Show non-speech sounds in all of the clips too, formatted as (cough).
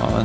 Ja,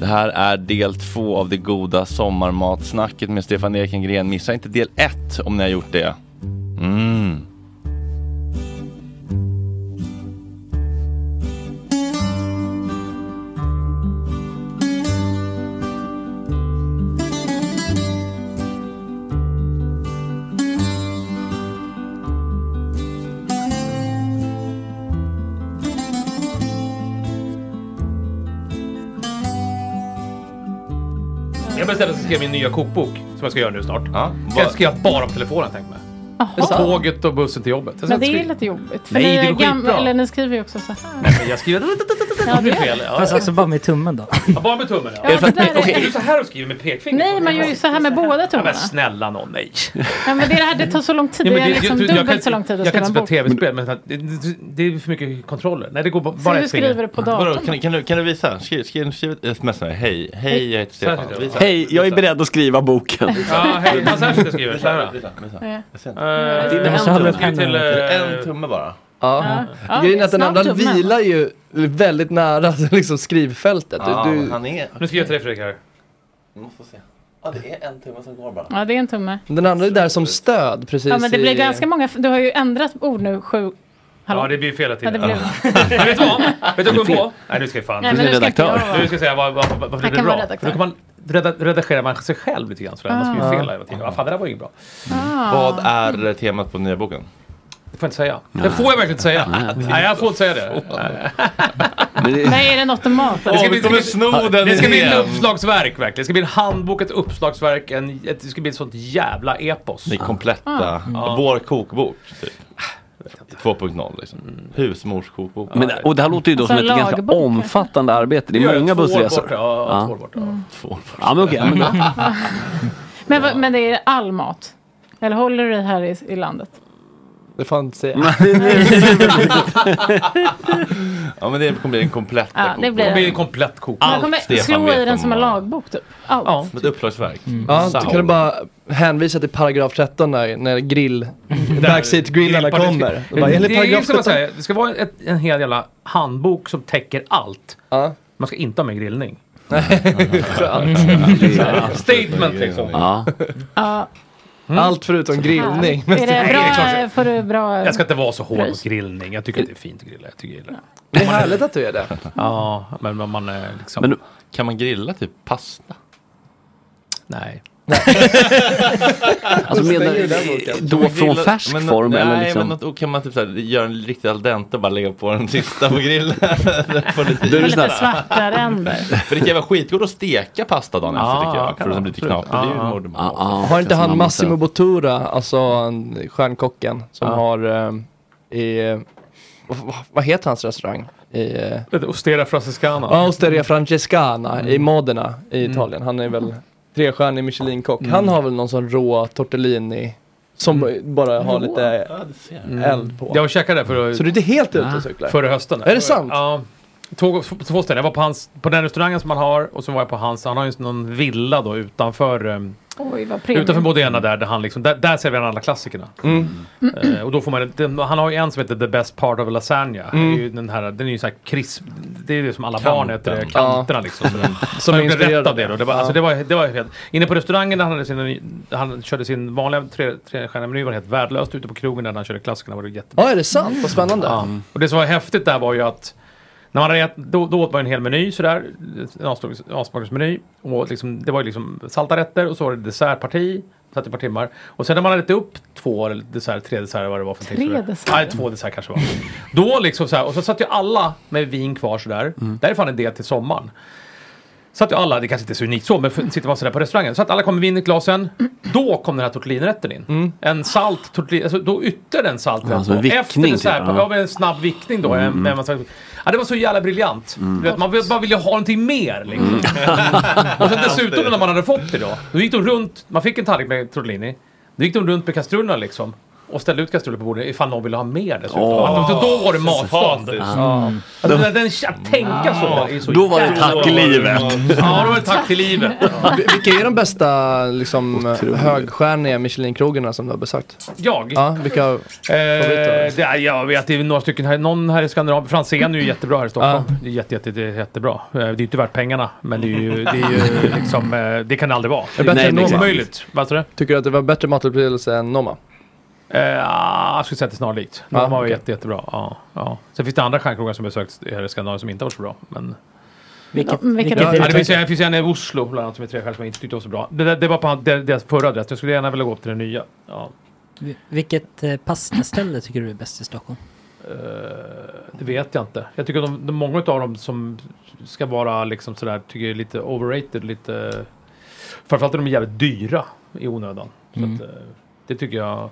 Det här är del två av det goda sommarmatsnacket med Stefan Ekengren. Missa inte del ett om ni har gjort det. Mm. I Jag bestämde mig för att skriva min nya kokbok som jag ska göra nu snart. Ja, Ska vad- jag skriva bara om telefonen tänkte jag mig. Jaha. Tåget och bussen till jobbet. Jag ska Men det inte är skriva- lite jobbigt. För Alltså, Nej, ni det är går skitbra. Eller ni skriver ju också så här. Nej, men jag skriver... Ja, det Det gör är fel. Ja, Fast också bara med (laughs) tummen då. ja, bara med tummen. Ja. Ja, det där är- Okej, är du så här och skriver med pekfingret? Nej, man gör ju så här med båda Ja, men tummarna. snälla nån, nej. Ja, men det, är det, här, det tar så lång tid. Ja, men det är liksom du- jag dubbelt kan inte- så lång tid att Jag kan skriva inte en spela bok. tv-spel, men det, det- det är för mycket kontroller. Nej, det går bara, Så bara du ett skriver finger. det på Vadå, datorn. kan, kan, du, kan du visa? Skriv, skriv, skriv ett sms till mig. Hej, hej jag heter här Stefan. heter det, Visa. Hej, jag är beredd att skriva (laughs) boken. Ja, hej, ja, så här sitter jag och skriver. Så här. Visa, visa. Ja. Jag ser inte. Eh, Du måste hålla upp skriv till... händerna. eh, En tumme bara. Ja. Ja, Grejen är att den snabb andra tumme. vilar ju väldigt nära (laughs) liksom, skrivfältet. Ja, Du, du, men han är... Nu skriver jag till dig Fredrik här. Vi måste se. Ja, det är en tumme som går bara. Ja, det är en tumme. den andra är där som stöd precis Ja, men det blir i- ganska många. Du har ju ändrat ord nu sju... Hallå? Ja, det blir fel hela Ja, tiden. det blev... Nej, vet du vad? Vet du vad jag kom på? Nej, nu ska jag fan... Nej, men nu ska inte redaktör. jag Nu vara- ska jag säga vad- vad- vad- varför det Han blir kan vara bra. redaktör. För Då kan man reda, redagerar man sig själv lite grann sådär. Man skriver fel hela tiden. Ah, fan, det där var inget bra. Ah. Vad är temat på nya boken? Det får jag inte säga. Det får jag verkligen inte säga. Nej, jag får inte säga det. Men det- Nej, är det något om mat? Det ska Åh, bli- vi kommer sno den Det ska bli ett igen! uppslagsverk verkligen. Det ska bli en handbok, ett uppslagsverk, en, ett, det ska bli ett sånt jävla epos. Ah. Ni Ah. kompletta. Vår kokbok. Typ. 2.0 liksom. Husmorskokbok. Mm. Men, och det här låter ju då som ett Alltså, ganska lagbok. omfattande arbete. Det Vi gör är många två år bussresor. alltså. borta, Ja, Ja. två år borta. Ja, men okej. men- (laughs) Men, vad- men det är all mat? Eller håller du dig här i, i landet? Det får jag inte säga. Ja men det kommer bli en komplett Ja, det kokbok. blir Det blir en komplett kok. Man kommer Stefan slå vet i den om som en mat. lagbok typ. Allt. Ja. Ett uppslagsverk. Mm. Ja, du Saul. kan du bara hänvisa till paragraf 13 när, när grill, backseat-grillarna grillpartiet- kommer. Det Bara, är det är ju paragraf som 13? man säger, det ska vara ett, en hel jävla handbok som täcker allt. Ja. Man ska inte ha med grillning. (laughs) (laughs) Statement liksom. Mm. Ja. Ja. Allt förutom grillning. Är det det är klart. bra? Får du bra... Jag ska inte vara så hård mot Pröjs. grillning. Jag tycker att det är fint att grilla. Jag tycker jag gillar det. Det är härligt att du är det. Ja, men om man eh, liksom... Men- Kan man grilla typ pasta? nej. (laughs) Alltså, menar, Stänger den boken. då från Grilla- färsk men, form nej, eller liksom? men något, och kan man typ såhär, göra en riktig al dente och bara lägga på den sista på grillen? (laughs) För lite- Du är Med lite snäll. svarta ränder. för det kan ju vara skitgott att steka pasta dagen efter Ah, tycker jag. För kan att den man. blir lite knaprig. Det är ju en mord- Ja, ja, (laughs) Har känns inte som han man måste- Massimo Bottura, alltså en- stjärnkocken, som har eh, i, vad- vad- vad heter hans restaurang? I, eh, Ostera franciscana. Ja, Osteria Francescana Mm. i Modena i Italien. Han är väl trestjärnig Michelinkock. Mm. Han har väl någon sån rå tortellini som bara har lite eld på. Mm. Jag var käkade där för, Så du är inte helt Ah. ute och cyklar? förra hösten. Är det sant? Ja. Två, på två ställen. Jag var på, hans, på den restaurangen som han har och så var jag på hans. Han har ju någon villa då utanför, eh, Oj, vad utanför premium. Modena där, där han liksom, där, där serverar han alla klassikerna. Mm. Eh, och då får man, den, han har ju en som heter The Best Part of Lasagna. Mm. Det är ju den här, den är ju så här krisp, det är ju det som alla barn äter, eh, kanterna liksom. Så den- Mm. Som han är gjorde rätt inspirerad av det då. Det var, alltså, det var, det var helt, inne på restaurangen där han, hade sin, han körde sin vanliga tre- trestjärniga meny var det helt värdelöst. Ute på krogen där han körde klassikerna var det jätte Ja, är det sant? Vad spännande. Ja. Och det som var häftigt där var ju att när man hade ätit, då, då åt man en hel meny sådär, en avsmak- avsmakningsmeny. Och liksom, det var ju liksom salta rätter och så var det dessertparti, satt i ett par timmar. Och sen när man hade ätit upp två eller dessert, tre desserter vad det var för Tre sådär. desserter? Nej, två desserter kanske var. då liksom såhär, och så satt ju alla med vin kvar sådär. Det här är fan en del till sommaren. Satt ju alla, det kanske inte är så unikt så, men för, sitter man sådär på restaurangen. Så att alla kom med vin i glasen. Då kom den här tortellinrätten in. En salt tortellin, alltså då ytterligare en salt Ja, som en på. Efter vickning, det så här, typ, på- ja. Mm. ja. men en snabb vickning då. en- en massa- ja, det var så jävla briljant. Du vet, man vill, bara ville ha någonting mer liksom. och sen dessutom när man hade fått det då. Då gick de runt, man fick en tallrik med tortellini. Då gick de runt med kastrullerna liksom. Och ställde ut kastruller på bordet ifall någon ville ha mer dessutom. Att de- då var det matstånd. Alltså, den, den, att tänka så är så Mm. Då var det jävla- tack livet. Ja, då var det tack till livet. Vil- Vilka är de bästa liksom, högstjärniga Michelinkrogarna som du har besökt? Jag. Ja, vilka? Eh, det, är- jag vet, det är några stycken här. Någon här i Skandinavien. Franzén är ju jättebra här i Stockholm. Det är jätte, jätte, det är jättebra. Eh, Det är ju inte värt pengarna, men det är ju, det är (laughs) ju liksom, eh, det kan det aldrig vara. Är det bättre Nej, än Det är liksom. Noma? omöjligt. Vad sa du? Tycker du att det var bättre matupplevelse än Noma? Eh, ah, jag skulle säga att det är snarlikt. De Ja, var okej. jätte, jättebra. Ja, ja. Sen finns det andra stjärnkrogar som jag besökt eh, här i Skandinavien som inte har varit så bra. Men, Vilket, men vilket vilket- är ja, det finns, det? ju- det finns ju en i Oslo bland annat som är trestjärnig som jag inte tyckte var så bra. Det, där- det var på han- det- deras förra adress. Jag skulle gärna vilja gå upp till den nya. Ja. Vilket eh, pastaställe tycker du är bäst i Stockholm? Eh, Det vet jag inte. Jag tycker att de, de, många av dem som ska vara liksom sådär, tycker jag är lite overrated, lite... Framförallt är de jävligt dyra i onödan. Så att, eh, det tycker jag,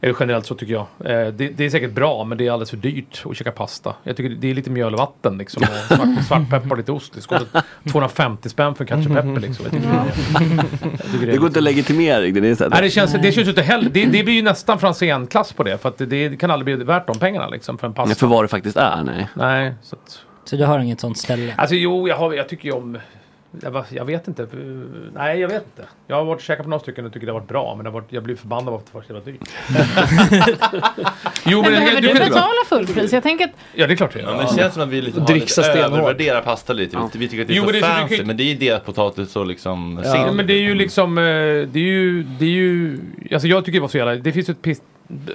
eller generellt så tycker jag. Eh, det, det är säkert bra men det är alldeles för dyrt att käka pasta. Jag tycker det- det är lite mjöl och vatten liksom. Och svart, svartpeppar och lite ost. Det kostar 250 spänn för en cacciopeppe liksom. Jag tycker det, är- jag tycker det är Det går inte att legitimera riktigt. Det, är så här- Nej, det känns, det känns ju inte heller. Det, det blir ju nästan Franzén-klass på det. För att det, det kan aldrig bli värt de pengarna liksom för en pasta. Nej, för vad det faktiskt är, nej. Nej, så att, Så du har inget sånt ställe? Alltså jo, jag, har, jag tycker ju om... Jag, var- jag vet inte. eh, Nej, jag vet inte. Jag har varit och käkat på några stycken och tycker det har varit bra. Men det har varit, jag blir förbannad av att det var så jävla dyrt. jo, Men men... jag- behöver du du kan inte- betala fullpris? Jag tänker att Ja, det är klart det Ja, är. men det känns som att vi lite Dricksa har- stenhårt. övervärderar pasta lite. Vi, vi tycker att det är Jo, så men det är så fancy, mycket- men det är ju deras potatis och liksom Ja. Ja, sill. men det är ju liksom... eh, Det är ju... Det är ju alltså jag tycker det var så jävla... Det finns ju ett... pis-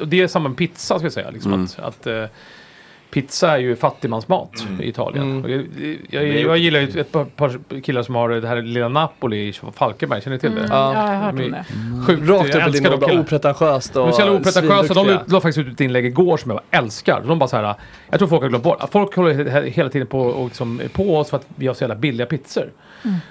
Det är samma med pizza, ska jag säga. Liksom, att, att, eh, pizza är ju fattigmansmat i Italien. Och Mm. jag, jag, jag, jag gillar ju ett par, par killar som har det här lilla Napoli i Falkenberg. Känner ni till det? Mm. Ja, jag har hört om det. Sjukt, Rakt upp i jag älskar linjen och de bara killarna. opretentiöst och De är så jävla opretentiösa. De svinduktiga. ut- la faktiskt ut ett inlägg igår som jag bara älskar. De bara så här, jag tror folk har glömt bort. Folk håller he- hela tiden på, och liksom, på oss för att vi har så jävla billiga pizzor.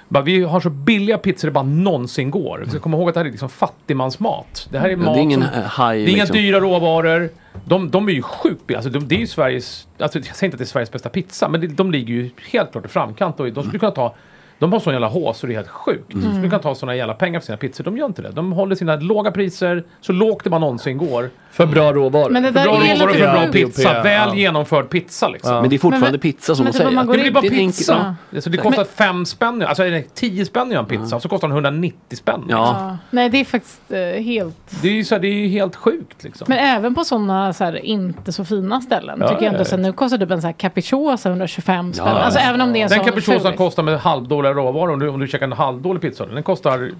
Bara, vi har så billiga pizzor det bara någonsin går. Vi ska komma ihåg att det här är liksom fattigmansmat. Det här är Det mat är ingen som, eh, haj det är inga liksom. dyra råvaror. De, de är ju sjukt billiga. alltså, de, Det är ju Sveriges, alltså, jag säger inte att det är Sveriges bästa pizza, men det, de ligger ju helt klart i framkant. Och de skulle kunna ta de har sån jävla hausse så det är helt sjukt. De skulle kunna ta såna jävla pengar för sina pizzor. De gör inte det. De håller sina låga priser, så lågt det man någonsin går. För bra råvaror. Men det där Bra är råvaror helt för en bra sjukt. pizza. Ja. Väl genomförd pizza liksom. Alltså, Men det är fortfarande Men- pizza som men de typ om säger. man går Det blir in- bara det är en enkel- pizza. Så det kostar Men- fem spänn. Alltså är det 10 spänn i en pizza och så kostar den 190 spänn. Ja. Ja. Nej, det är faktiskt eh, helt... Det är ju så här, det är ju helt sjukt liksom. Men även på sådana så här, inte så fina ställen Ja, tycker jag ja, ändå så här, nu kostar typ en så här capricciosa 125 spänn. Ja, ja. Alltså även om det är en den sån capricciosan ful- kostar med halvdåliga råvaror. Om du, om du käkar en halvdålig pizza, den kostar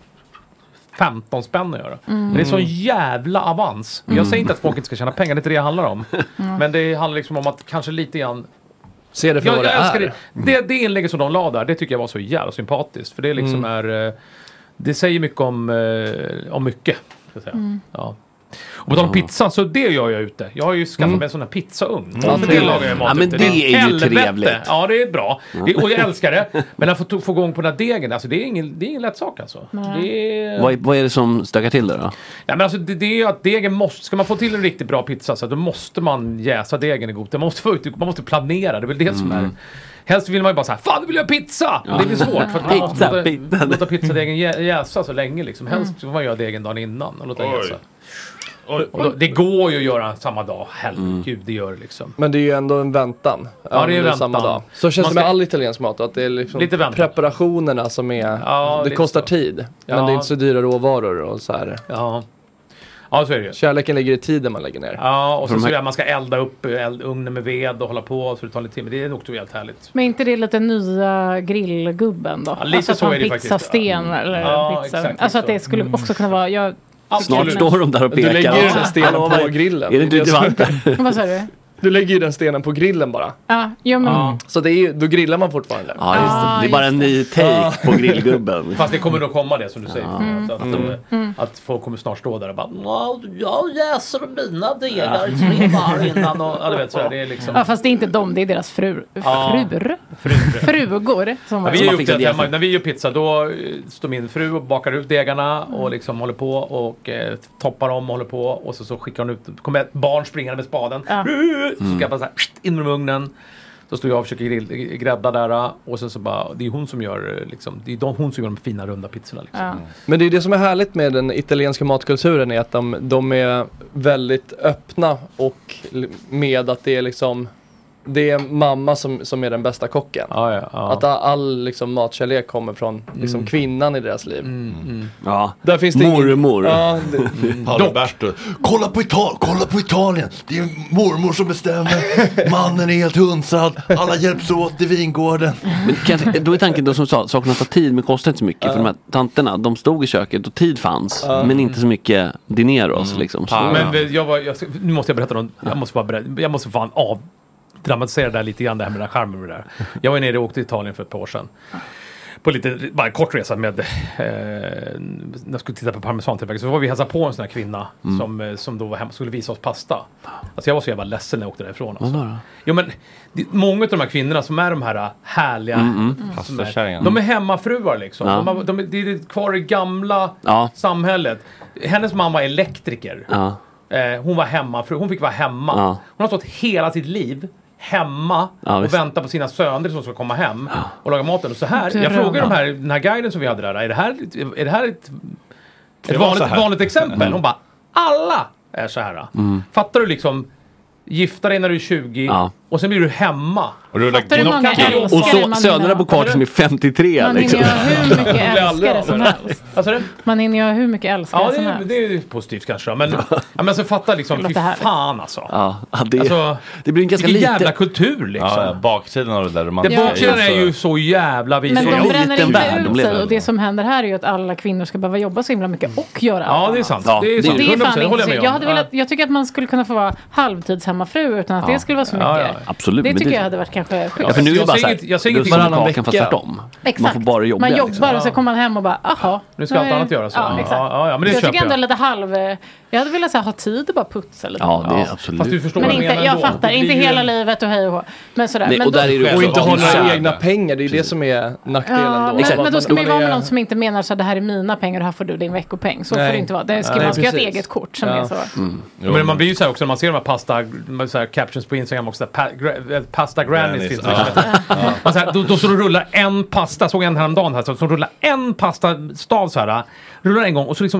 15 spänn att göra. Mm. Men det är sån jävla avans. Jag säger inte att folk inte ska tjäna pengar, det är inte det det handlar om. Mm. Men det handlar liksom om att kanske lite grann Se det för Jag, vad jag det älskar är. det. det. Det inlägget som de la där, det tycker jag var så jävla sympatiskt. För det liksom Mm. är... eh, Det säger mycket om, eh, om mycket. Så att säga. Mm. Ja. Och på tal om pizza, så det gör jag ute. Jag har ju skaffat mig en sån här pizzaugn. Så det trevligt. lagar jag mat Mm. Ja, men ute. det är ju helvete. trevligt. Ja, det är bra. Det, och jag älskar det. Men att få, to- få igång på den här degen, alltså, det, är ingen, det är ingen lätt sak alltså. Det är... Vad, är- vad är det som stökar till det då? Nej, men alltså, det, det är ju att degen måste, ska man få till en riktigt bra pizza så att då måste man jäsa degen i god tid. Man måste, få ut, man måste planera, det är väl det som Mm. är... Helst vill man ju bara säga Fan nu vill jag ha pizza! Men Det blir svårt för att man måste Pizza, låta, pizza. låta pizzadegen jä- jäsa så länge liksom. Helst får man göra degen dagen innan och låta den Oj. jäsa. Oj. Och då, det går ju att göra samma dag, Mm. herregud det gör det liksom. Men det är ju ändå en väntan. även om det är är väntan. Samma dag. Så känns Man det med ska- all italiensk mat. Att det är liksom Lite väntan. preparationerna som är... Ja, det lite kostar så. tid. Ja. Men det är inte så dyra råvaror och så här. Ja, ja så är det ju. Kärleken ligger i tiden man lägger ner. Ja, För och sen de så här- är det att man ska elda upp eh, eld, ugnen med ved och hålla på så det tar lite timme. Det är nog helt härligt. Men inte det lite nya grillgubben då? Ja, lite alltså att så man är det pizzasten eller Ja, pizza. exakt, alltså att lite Mm. det skulle också kunna vara... Jag, Snart Absolut. står de där och Du pekar. lägger ju den Hallå, stenen vad är- på grillen. Är det inte lite varmt? vad sa du? Du lägger ju den stenen på grillen bara. Ja, jo, men, Så det är ju, då grillar man fortfarande. Ja, just det. Det är bara en ny take på (laughs) grillgubben. Fast det kommer nog komma det som du säger. Att, att, de, att folk kommer snart stå där och bara "Nå, Jag jäser mina delar i tre dagar innan och... Ja, du vet, så här, det är liksom... ja, fast det är inte dem, det är deras frur. Ja. Frur? Frugor. Som När vi, gör man upp fixar det det hemma, för. när vi gör pizza då eh, står min fru och bakar ut degarna och liksom håller på och eh, toppar dem och håller på och så, så skickar hon ut, kommer ett barn springande med spaden. Ja. Så Mm. ska jag bara så här, pst, in med ugnen. Så står jag och försöker grill, eh, grädda där och sen så bara, det är hon som gör eh, liksom, det är de, hon som gör de fina runda pizzorna liksom. Ja. Mm. Men det är det som är härligt med den italienska matkulturen är att de, de är väldigt öppna och l- med att det är liksom det är mamma som, som är den bästa kocken. Ja, ja, ja. Att a- all liksom, matkärlek kommer från liksom, kvinnan i deras liv. Ja. Där finns det ingen- Mormor. Ja, det, Paolo Berto. Kolla på, Ital- kolla på Italien! Det är mormor som bestämmer. (laughs) Mannen är helt hunsad. Alla hjälps åt i vingården. Men kanske, då är tanken då som du sa, sakerna tar tid men kostar inte så mycket. För de här tanterna, de stod i köket och tid fanns. Men inte så mycket dineros Mm. liksom. Så, Fan. Men eh, jag var, jag, ska- nu måste jag berätta något. Jag måste, bara berätta, jag måste fan avdramatisera det här lite grann, det här med den här charmen med det där. Jag var ju nere och åkte till Italien för ett par år sedan. på lite, bara en kort resa med, eh, när jag skulle titta på parmesantillverkning, så var vi och hälsade på en sån här kvinna Mm. som, eh, som då var hemma, skulle visa oss pasta. Alltså jag var så jävla ledsen när jag åkte därifrån. Vad Alltså. var det? Jo men, det, många av de här kvinnorna som är de här äh, härliga, Mm, mm. som är- Pastorkärringarna. de är hemmafruar liksom. Ja. De, har- de, är- det är kvar i gamla Ja. samhället. Hennes mamma var elektriker. Ja. Eh, hon var hemmafru, hon fick vara hemma. Ja. Hon har stått hela sitt liv hemma Ja, och visst. väntat på sina söner som ska komma hem och laga maten. Och så här, jag Dröm. frågade de här, den här guiden som vi hade där, är det här, är det här ett, Det ett var vanligt, så här. vanligt exempel? Mm. Hon bara, alla är så här. Mm. Fattar du liksom, gifta dig när du är 20 Ja. och sen blir du hemma. Och du Fattar du hur många Och så sönerna bor kvar tills de är 53 Man liksom. hinner göra hur mycket blir aldrig älskare av som med det. helst. Alltså det? Man hinner göra hur mycket älskare Ja, det som är, helst. det är ju positivt kanske då, men, ja, men alltså fatta liksom, Det fy låter härligt. fan alltså. Ja, det, Alltså, det blir en ganska vilken liten... jävla kultur liksom. Ja, ja, baksidan av det där Det romantiska. baksidan är ju så- så jävla vis. Men de bränner inte ut sig och värld. det som händer här är ju att alla kvinnor ska behöva jobba så himla mycket och göra allt Ja, det är sant. annat. Det är Så sant. det är 100%, fan håller inte jag med jag, om. hade velat, jag tycker att man skulle kunna få vara halvtidshemmafru utan att Ja. det skulle vara så mycket. Ja, ja, ja. Absolut, Det men tycker det- jag hade varit kanske schysst. Ja, för nu är det bara ser såhär, inget- jag ser du inget som varannan kakan fast vecka. tvärtom. Man Exakt. får bara jobba. Man jobbar liksom. och så kommer man hem och bara, aha. Nu ska allt är- annat göras, Ja, ja. exakt. Ja, ja, ja, men det jag köper tycker ändå jag. lite halv... Jag hade velat så här, ha tid och bara putsa lite. Ja, det är absolut. Fast du förstår men vad inte, menar jag ändå. fattar, Det inte blir ju- hela livet och hej och hå. Men sådär. Nej, men och där är det Och inte ha några Ja. egna pengar, det är ju det som är nackdelen Ja, då. men, Att men då man- ska man man ju vara med är- någon som inte menar så här, det här är mina pengar och här får du din veckopeng. Så Nej. får det inte vara. Det ska, Nej, man ska ju ha ett precis. eget kort som Ja. är så. Mm. Men man blir ju så här också när man ser de här pasta så här captions på Instagram också. där Pa, gra, eh, pasta grannies Grannies, finns ja. det. Man så här, då, då står det och rullar en pasta, såg en häromdagen här, så, så rullar en pasta stav så här. Rullar en gång och så liksom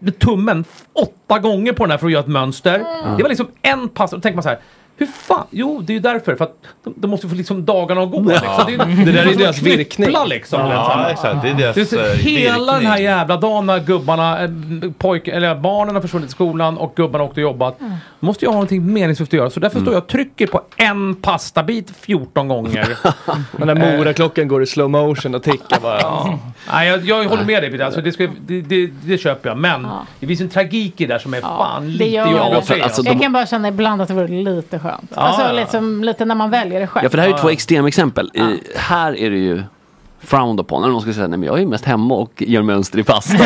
med tummen åtta gånger på den här för att göra ett mönster. Mm. Det var liksom en pass. Då tänker man så här. Hur fan? Jo, det är ju därför. För att de, de måste få liksom dagarna att gå. Liksom. Det, är- Det där är som att deras knyppla, virkning. Liksom, du vet, så Ja, här. exakt. Det är deras Det är så, eh, Alltså, hela den virkning. här jävla dagen när gubbarna, eh, pojk, eller barnen har försvunnit till skolan och gubbarna har åkt och jobbat. Mm. Måste jag ha någonting meningsfullt att göra. Så därför står jag och trycker på en pastabit 14 gånger. Den där Eh. Mora-klockan går i slow motion och tickar bara. Nej, jag, jag håller med dig Peter. Alltså, det, ska, det, det, det köper jag. Men Ja. det finns en tragik i det där som är fan lite Det gör jag. jobbig att se. Alltså, Jag de- kan bara känna ibland att det vore lite skönt. alltså ja, ja. liksom, lite när man väljer det själv. Ja, för det här är ju två extremexempel. I, här är det ju frowned upon. Eller någon skulle säga, nej men jag är ju mest hemma och gör mönster i (laughs) pasta.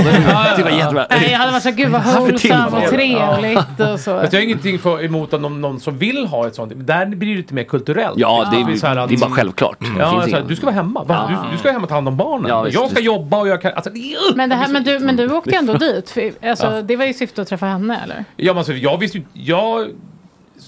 det var jättebra. Nej, jag hade varit så gud vad Varför wholesome tillfrågar? och trevligt och så. Fast jag har ingenting för, emot om någon, någon som vill ha ett sånt. Där blir det lite mer kulturellt. Ja, det är, så här att- det är bara självklart. Det Ja, finns så här, inget. du ska vara hemma. Va? Du, du ska vara hemma och ta hand om barnen. Ja, visst, jag ska visst. jobba och jag kan... Alltså, det är- Men, det här, men, du, men du åkte ändå dit. För, alltså, Det var ju syfte att träffa henne eller? ja, men alltså, jag visste ju... Jag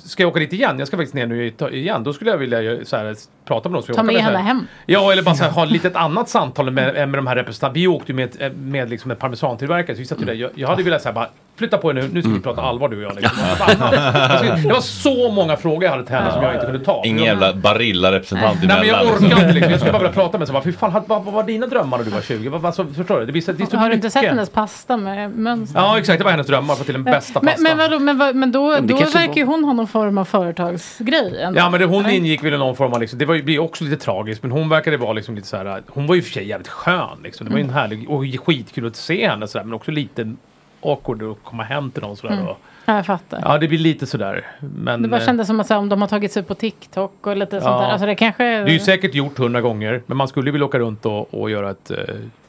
ska jag åka dit igen? Jag ska faktiskt ner nu i- ta- igen. Då skulle jag vilja ju så här, prata med någon. som Ta jag åker med så henne här. hem. Ja, eller bara så här, ha ett litet annat samtal med, med de här representanterna. Vi åkte ju med, ett- med liksom en parmesantillverkare, så vi satt ju där. Jag, jag hade velat säga bara, flytta på er nu, nu Mm. ska vi prata allvar du och jag. Liksom. Alltså, Det var så många frågor jag hade till henne som jag inte kunde ta. Ingen jävla Barilla-representant Nej men jag emellan, orkar inte liksom. Jag skulle bara vilja prata med henne. Fy fan, vad, vad var dina drömmar när du var 20? Vad, alltså, förstår du? Det blir, så- det är så Har du inte sett mycket. hennes pasta med mönster? Ja exakt, det var hennes drömmar. Få till den bästa men, pastan. men, vadå, men, vad- men då, det då kanske verkar ju hon ha någon form av företagsgrej. ändå. Ja men det, hon Eller? ingick väl i någon form av liksom, det var ju blir också lite tragiskt men hon verkade vara liksom lite så här. hon var ju i och för sig jävligt skön liksom. Det var ju en Mm. härlig och skitkul att se henne sådär men också lite awkward att komma hem till någon sådär. Mm. Och, Ja, jag fattar. ja det blir lite sådär. Men, det bara eh, kändes som att så här, om de har tagits upp på TikTok och lite sånt Ja. där. Alltså det kanske... det är ju säkert gjort hundra gånger men man skulle ju vilja åka runt och, och göra ett, eh,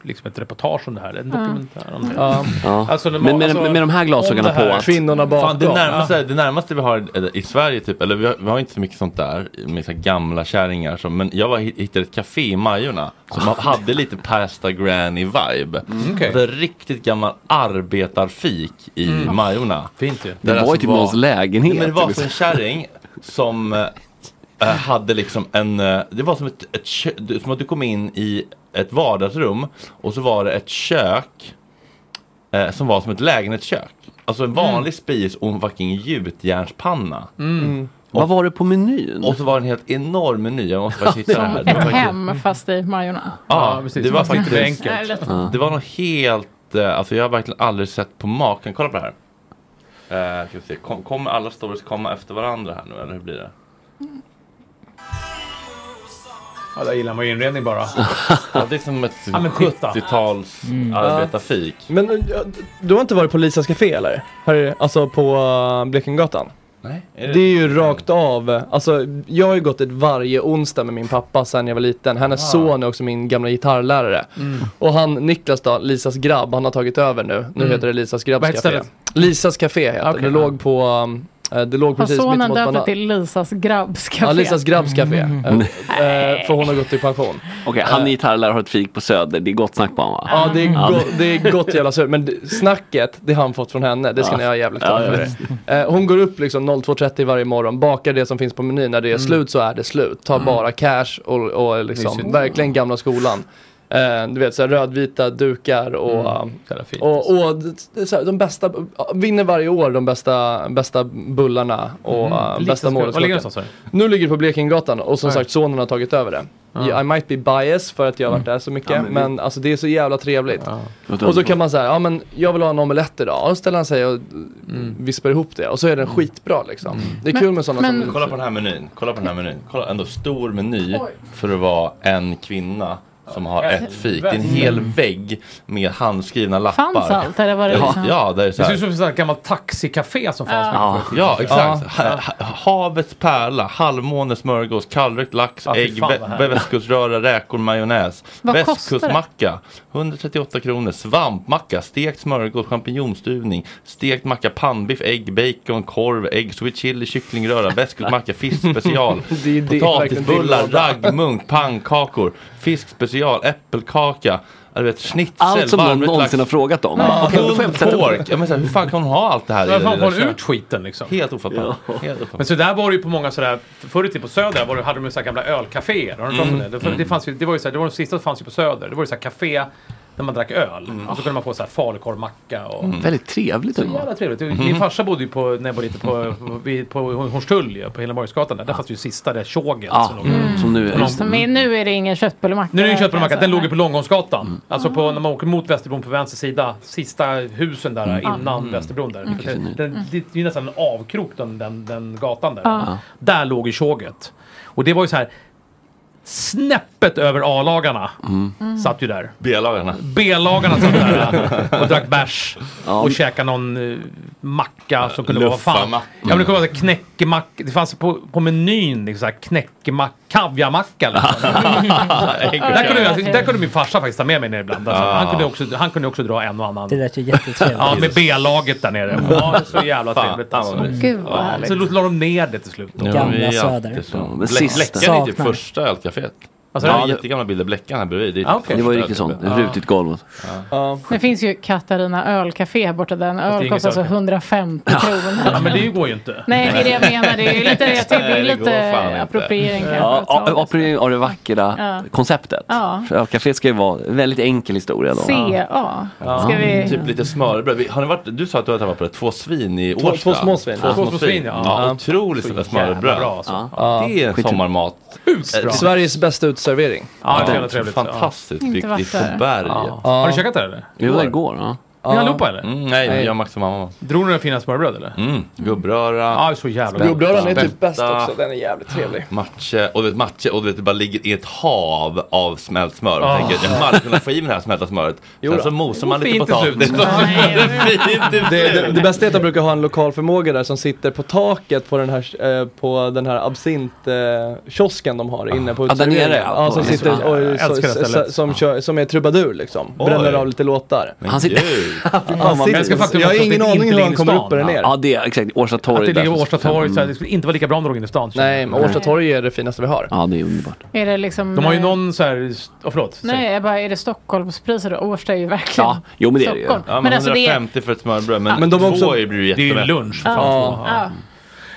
liksom ett reportage om det här. En Ja. dokumentär om det här. Ja. Ja. Alltså, när man- men med, alltså, med, med de här glasögonen om det på. här- Att, Fan, det, närmaste, det närmaste vi har i Sverige typ, eller vi har, vi har inte så mycket sånt där med så här gamla kärringar. Som, men jag var, hittade ett café i Majorna som hade lite pasta granny vibe. Ah. Mm, okej. Alltså, riktigt gammal arbetarfik i Mm. Majorna. Fint ju. Där Det var ju typ någons lägenhet. Nej, men det var alltså en kärring som eh, hade liksom en, eh, det var som, ett, ett kö- du- som att du kom in i ett vardagsrum och så var det ett kök eh, som var som ett lägenhetskök. Alltså en vanlig spis och en fucking gjutjärnspanna. Mm. Vad var det på menyn? Och så var det en helt enorm meny. Jag måste faktiskt hitta det här. Det var Ett faktiskt- hem fast i Majorna. Ja, det var Fast inte faktiskt Nej, det är lätt. Det var något helt, eh, alltså jag har verkligen aldrig sett på maken. Kolla på det här. Eh, ska vi se. Kom, kommer alla stories komma efter varandra här nu eller hur blir det? Ja, där gillar man ju inredning bara. ja, det är som ett ja, men titta. 70-tals Mm. arbetarfik. Men eh, du har inte varit på Lisas Café eller? Här, alltså på eh, Blekingegatan? Nej. Det är ju rakt av, eh, alltså jag har ju gått dit varje onsdag med min pappa sedan jag var liten. Hennes Ah. son är också min gamla gitarrlärare. Mm. Och han, Niklas då, Lisas grabb, han har tagit över nu. Nu Mm. heter det Lisas Vad grabbs heter café. stället? Mm. Lisas café heter det. Det låg på, um, eh, det låg Har precis sonen mittemot döpt det banan- till Lisas grabbscafé? Ja, Lisas grabbs café. Eh, Mm. eh, för hon har gått i pension. Okej, han är gitarrlärare har ett fik på Söder. Det är gott snack på honom va? Eh. Ja, det är, Ja. go- det är gott jävla surr. Men det- snacket, det har han fått från henne. Det ska Ja. ni ha jävligt Ja, klart jag för vet. er. Eh, Hon går upp liksom 02.30 varje morgon, bakar det som finns på menyn. När det är slut så är det slut. Tar bara cash och, och liksom, Mysigt. verkligen gamla skolan. Eh, Du vet, så här rödvita dukar och, och, och d- så här, de bästa, vinner varje år de bästa, bästa bullarna och Mm. eh, Lite bästa skoj. Vad ligger det målskottet. någonstans? sa du? Nu ligger det på Blekingegatan och som Ja. sagt sonen har tagit över det. Ja. I might be biased för att jag har varit där så mycket Ja, men men, vi- alltså det är så jävla trevligt. Låter Och så kan underbart. man säga, ja men jag vill ha en omelett idag. Och så ställer han sig och mm. vispar ihop det och så är den skitbra liksom. Det är kul med sådana som... Kolla på den här menyn. Kolla på den här menyn. Kolla, ändå stor meny för att vara en kvinna som har ett fik. Det är en hel vägg med handskrivna lappar. Fanns allt, eller var det ja, liksom- ja, det är så Det här. ser ut som ett sånt här gammalt taxicafé som fanns. Ja, på- ja exakt. Ha- ha- Havets pärla, halvmåne, smörgås, kallrökt lax, Ja, fy ägg, fan, vä- vad härligt. västkuströra, räkor, majonnäs, Vad kostar västkustmacka, 138 kronor, svampmacka, stekt smörgås, champinjonstuvning, stekt macka, pannbiff, ägg, bacon, korv, ägg, sweet chili, kycklingröra, västkustmacka, fiskspecial, Det är det potatisbullar, verkligen din låda. raggmunk, pannkakor, fiskspecial, äppelkaka, ja, du vet, schnitzel, Allt som någon varmrökt lax. någonsin har frågat om. Ja, Okej, då får jag pulled sätta upp pork. Ja, men så här, hur fan kan hon ha allt det här? i Där det fan lilla får hon köket? ut skiten liksom. Helt ofattbart. Helt liksom. ofattbart. Men så där var det ju på många sådär, förr i tiden på Söder var det, hade de ju sådär gamla ölcaféer. Har du pratat om Mm. det? Det, det, fanns ju, det var ju såhär, det var de sista som fanns ju på Söder. Det var ju såhär café där man drack öl. Och så kunde man få såhär falukorvmacka och... Mm. Väldigt trevligt. Så ändå. Mm. jävla trevligt. Min farsa bodde ju på, när jag var liten, på, (laughs) vid- på Hornstull ju, på Hilleborgsgatan. Där, där fanns ju sista där tjogen. Ja, som låg- mm. som nu är. Någon- just det. Men nu är det ingen köttbullemacka. Nu är det ju köttbullemacka, Alltså, den låg ju nej. på Långgångsgatan. Alltså på, när man åker mot Västerbron på vänster sida, sista husen där Mm. innan Mm. Västerbron där. Mm. Den, den, det är ju nästan en avkrok den, den, den gatan där. Ja. Där låg ju tjoget. Och det var ju så här snäppet över A-lagarna Mm. satt ju där. (laughs) B-lagarna. B-lagarna satt där och drack bärs Ja. och käkade någon eh, macka som kunde vara vad fan. Luffamacka. Ja men det kunde vara så här knäckemacka, det fanns på, på menyn liksom så här knäckemacka, kaviarmacka liksom. där, kunde, jag- där kunde min farsa faktiskt ta med mig ner ibland. Alltså, Ah. han, kunde också, han kunde också dra en och annan. Det lät ju jättetrevligt. Ja, med B-laget där nere. Ja, det är så jävla Fan, trevligt fan alltså. vad mysigt. Gud, vad Ja, härligt. Så la de ner det till slut. Ja, men vi är alltid så. Blä- Bläckade ni inte första ölcaféet? Alltså, ja, det- jättegamla bilder. Bläckan här bredvid. Ah, okej. Det var ju riktigt sånt. Rutigt golv. Ja. Det finns ju Katarina ölcafé borta där. En det är öl inget kostar alltså ölcafé. 150 kronor. Ja, men det går ju inte. Nej, det är det jag menar. Det är ju lite, jag tycker det Nej, är det går fan lite inte. appropriering kanske. Ja, a- apropå av det vackra Ja. konceptet. Ja. För Café ska ju vara en väldigt enkel historia då. CA. Ska vi... Typ lite smörrebröd. Vi- Har ni varit, du sa att du hade varit på det, två svin i Två- Årsta. två små svin. Två, Ja. små svin, ja. otroligt fina smörrebröd. jävla bra, alltså. Ja. Det är Skit- sommarmat. Sjukt bra. Sveriges bästa uteservering. Ja, det är jävla trevligt. Fantastiskt Inte byggt i varit där. Sjöberg. Ja. Ja. Har du käkat där, eller? Jo, det går. Ja. Ni allihopa eller? Mm, nej, Nej. jag, Max och mamma. Drog ni den fina smörbröd eller? Mm, gubbröra. Ja, så jävla gott. Gubbröran är typ bäst också, den är jävligt trevlig. Matche, och du vet matche, och du vet det bara ligger i ett hav av smält smör. Ah. Man tänker, jag hade kunnat få i mig det här smälta smöret. Jo Sen då. så mosar man Det går lite fint till potatis. (laughs) slut. Det, det, det bästa är att de brukar ha en lokal förmåga där som sitter på taket på den här, eh, på den här absintkiosken de har inne på Ah. Ja, där nere, uteserveringen. ja. Ja, som Ja, sitter ja, jag och, älskar så, det så, stället. som, kör, som är trubadur liksom. Oj. Bränner av lite låtar. Han sitter... Han sitter- jag Alltså, har ingen aning hur han kommer upp eller ner. Ja, det är exakt. Årsta torg. Att det där som- ligger på Årsta torg, så här, Mm. det skulle inte vara lika bra om de låg inne i stan. Nej, men Årsta torg är det finaste vi har. Ja, det är underbart. Är det liksom... De har ju eh, någon så här... Oh, förlåt. Nej, jag bara, är det Stockholmspriser då? Årsta är ju verkligen... Ja, jo men det är det ju. Stockholm. Ja, men, Men alltså det är- 150 för ett smörbröd, men, Men de har två också- är- blir ju det är ju jättelätt. lunch för Ja. fan. Ja. Ja.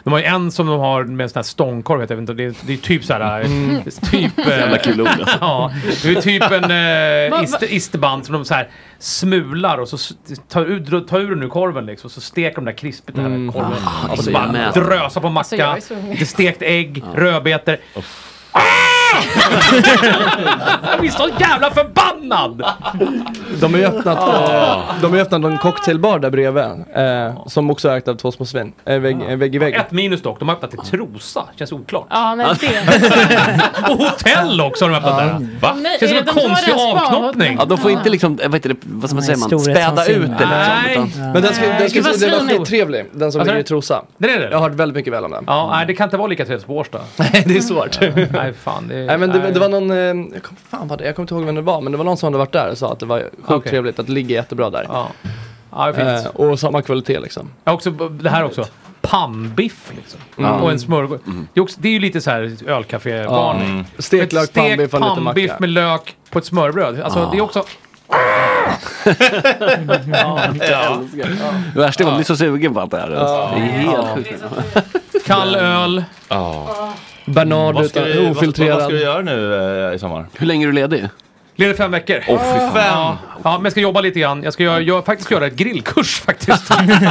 De har ju en som de har med en sån här stångkorv, vet jag inte, det, är, det är typ så här... Mm. Typ... (laughs) eh, Jävla kul ord, alltså. (laughs) ja, det är typ en Va- (laughs) eh, va- ist, isterband som de så här smular och så s- tar, ut, tar ur den ur korven liksom, så steker de där krispigt den här korven. Ah, och alltså, så jag bara med. drösa på Alltså, jag macka, är så hungrig. lite stekt ägg, rödbetor. Ah! (laughs) Jag blir så jävla förbannad! De har ju öppnat, Ah. eh, de har ju öppnat en cocktailbar där bredvid. Eh, som också är ägt av två små svin. Eh, vägg, eh, vägg i vägg. Ett minus dock, de har öppnat i Trosa. Känns oklart. Ja, nej, det... (laughs) Och hotell också har de öppnat där. Ah. Va? Nej, Känns som är en det de som konstig har den spa- avknoppning. Ja, de får inte liksom, eh, vad heter det, vad ska man säga, man, späda ut det liksom. utan- Men den ska, den ska, Gud, vad den var svinigt. skittrevlig, den som Vad sa ligger i du? Trosa. Den är det? Jag har hört väldigt mycket väl om den. Ja, nej, det kan inte vara lika trevligt på Årsta. (laughs) Nej, det är svårt. Nej, fan. Det, Nej men det, det var någon, eh, jag kommer, fan vad det, jag kommer inte ihåg vem det var, men det var någon som hade varit där och sa att det var sjukt Okej. trevligt, att det ligger jättebra där. Eh, Ja. Ja, det är fint. och samma kvalitet liksom. Ja, också, det här också. Pannbiff liksom. Mm. Och en smörgås. Det, är också- det är ju lite så här ölcafé-varning. Ja. Mm. Stekt lök, Ett stekt pannbiff och lite pannbiff macka. Ah. med lök på ett smörbröd. Alltså Ja. det är också... Ja. Det värsta är att man blir så sugen på allt det här. Ja. Det är Ja. helt sjukt. Kall öl. Bernard Vad ska Ah. utan- vi- vad- ofiltrerad. Vad ska du göra nu eh, i sommar? Hur länge är du ledig? Leder fem veckor. Åh, fy fan. Ja, ja, men jag ska jobba lite grann. Jag ska göra, jag, faktiskt göra ett grillkurs (laughs) faktiskt. Nej,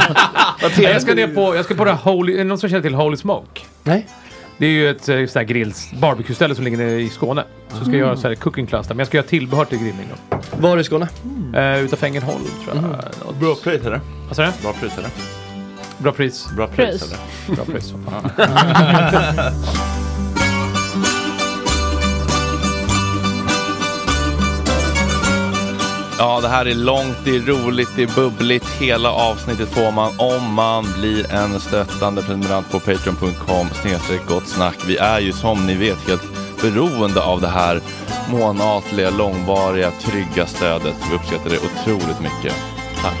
jag ska ner på, jag ska på det här Holy, är det någon som känner till Holy Smoke? Nej. Det är ju ett eh, sånt här grills, barbecue-ställe som ligger nere i Skåne. Så ska jag göra så här cooking class där. Men jag ska göra tillbehör till grillning då. Var i Skåne? Eh, utanför Ängelholm tror jag. Något- Bra pris eller? Vad sa du? Bra pris eller? Bra pris. Bra Pris. pris eller? Bra pris. vad fan. Ja, det här är långt, det är roligt, det är bubbligt. Hela avsnittet får man om man blir en stöttande prenumerant på patreon.com snedstreck gott snack. Vi är ju som ni vet helt beroende av det här månatliga, långvariga, trygga stödet. Vi uppskattar det otroligt mycket. Tack.